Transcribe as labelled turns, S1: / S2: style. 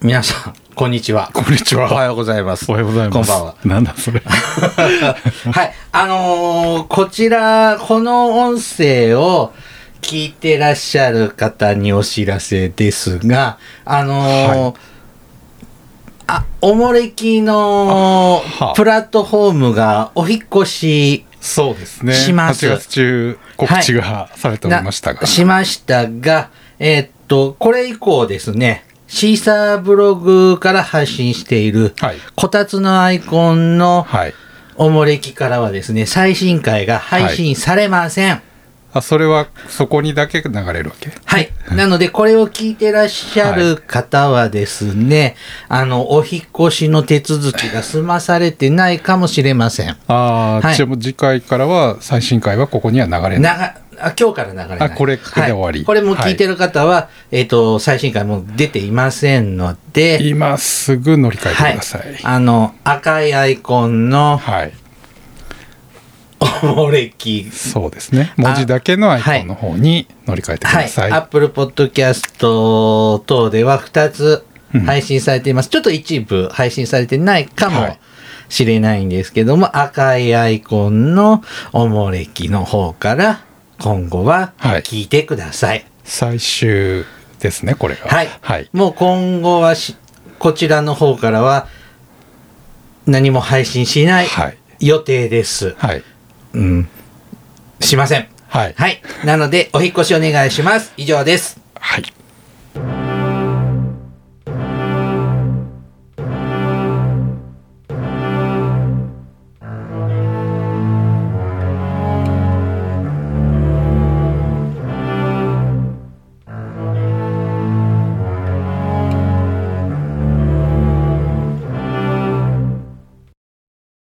S1: 皆さん、こんにちは。
S2: こんにちは
S1: おはようございます。
S2: おはようございます。
S1: こんばんは。
S2: なんだそれ。
S1: はい。あのーこちら、この音声を聞いてらっしゃる方にお知らせですが、あのー
S2: は
S1: あ、おもれきの
S2: あはあ
S1: プラットフォームがお引っ越し
S2: そうですね。
S1: します
S2: 8月中、告知がされておりましたが。
S1: なしましたが、えーっと、これ以降ですね、シーサーブログから発信している、
S2: はい。
S1: こたつのアイコンの
S2: はい。
S1: おもれきからはですね、最新回が配信されません。はい。
S2: あ、それは、そこにだけ流れるわけ
S1: なので、これを聞いてらっしゃる方はですね、あの、お引っ越しの手続きが済まされてないかもしれません。
S2: ああ、
S1: はい
S2: じゃあもう次回からは、最新回はここには流れない。
S1: 長あ今日から流れない
S2: あこれで終わり
S1: はいこれも聞いてる方は、えっ、と最新回もう出ていませんので
S2: 今すぐ乗り換えて
S1: は
S2: ください。はい。
S1: あの赤いアイコンのおもれき
S2: そうですね。文字だけのアイコンの方に乗り換えてく
S1: は
S2: だ
S1: い
S2: さい。
S1: Apple Podcast 等では2つ
S2: うん
S1: 配信されています、ちょっと一部配信されてないかも
S2: はい
S1: しれないんですけども、赤いアイコンのおもれきの方から今後は
S2: はい
S1: 聞いてください
S2: 最終ですね、これが。
S1: はい。
S2: はい。
S1: もう今後はし、こちらの方からは、何も配信しない
S2: はい。
S1: 予定です。
S2: はい。
S1: うん。しません。
S2: はい。
S1: はい。なので、お引っ越しお願いします。以上です。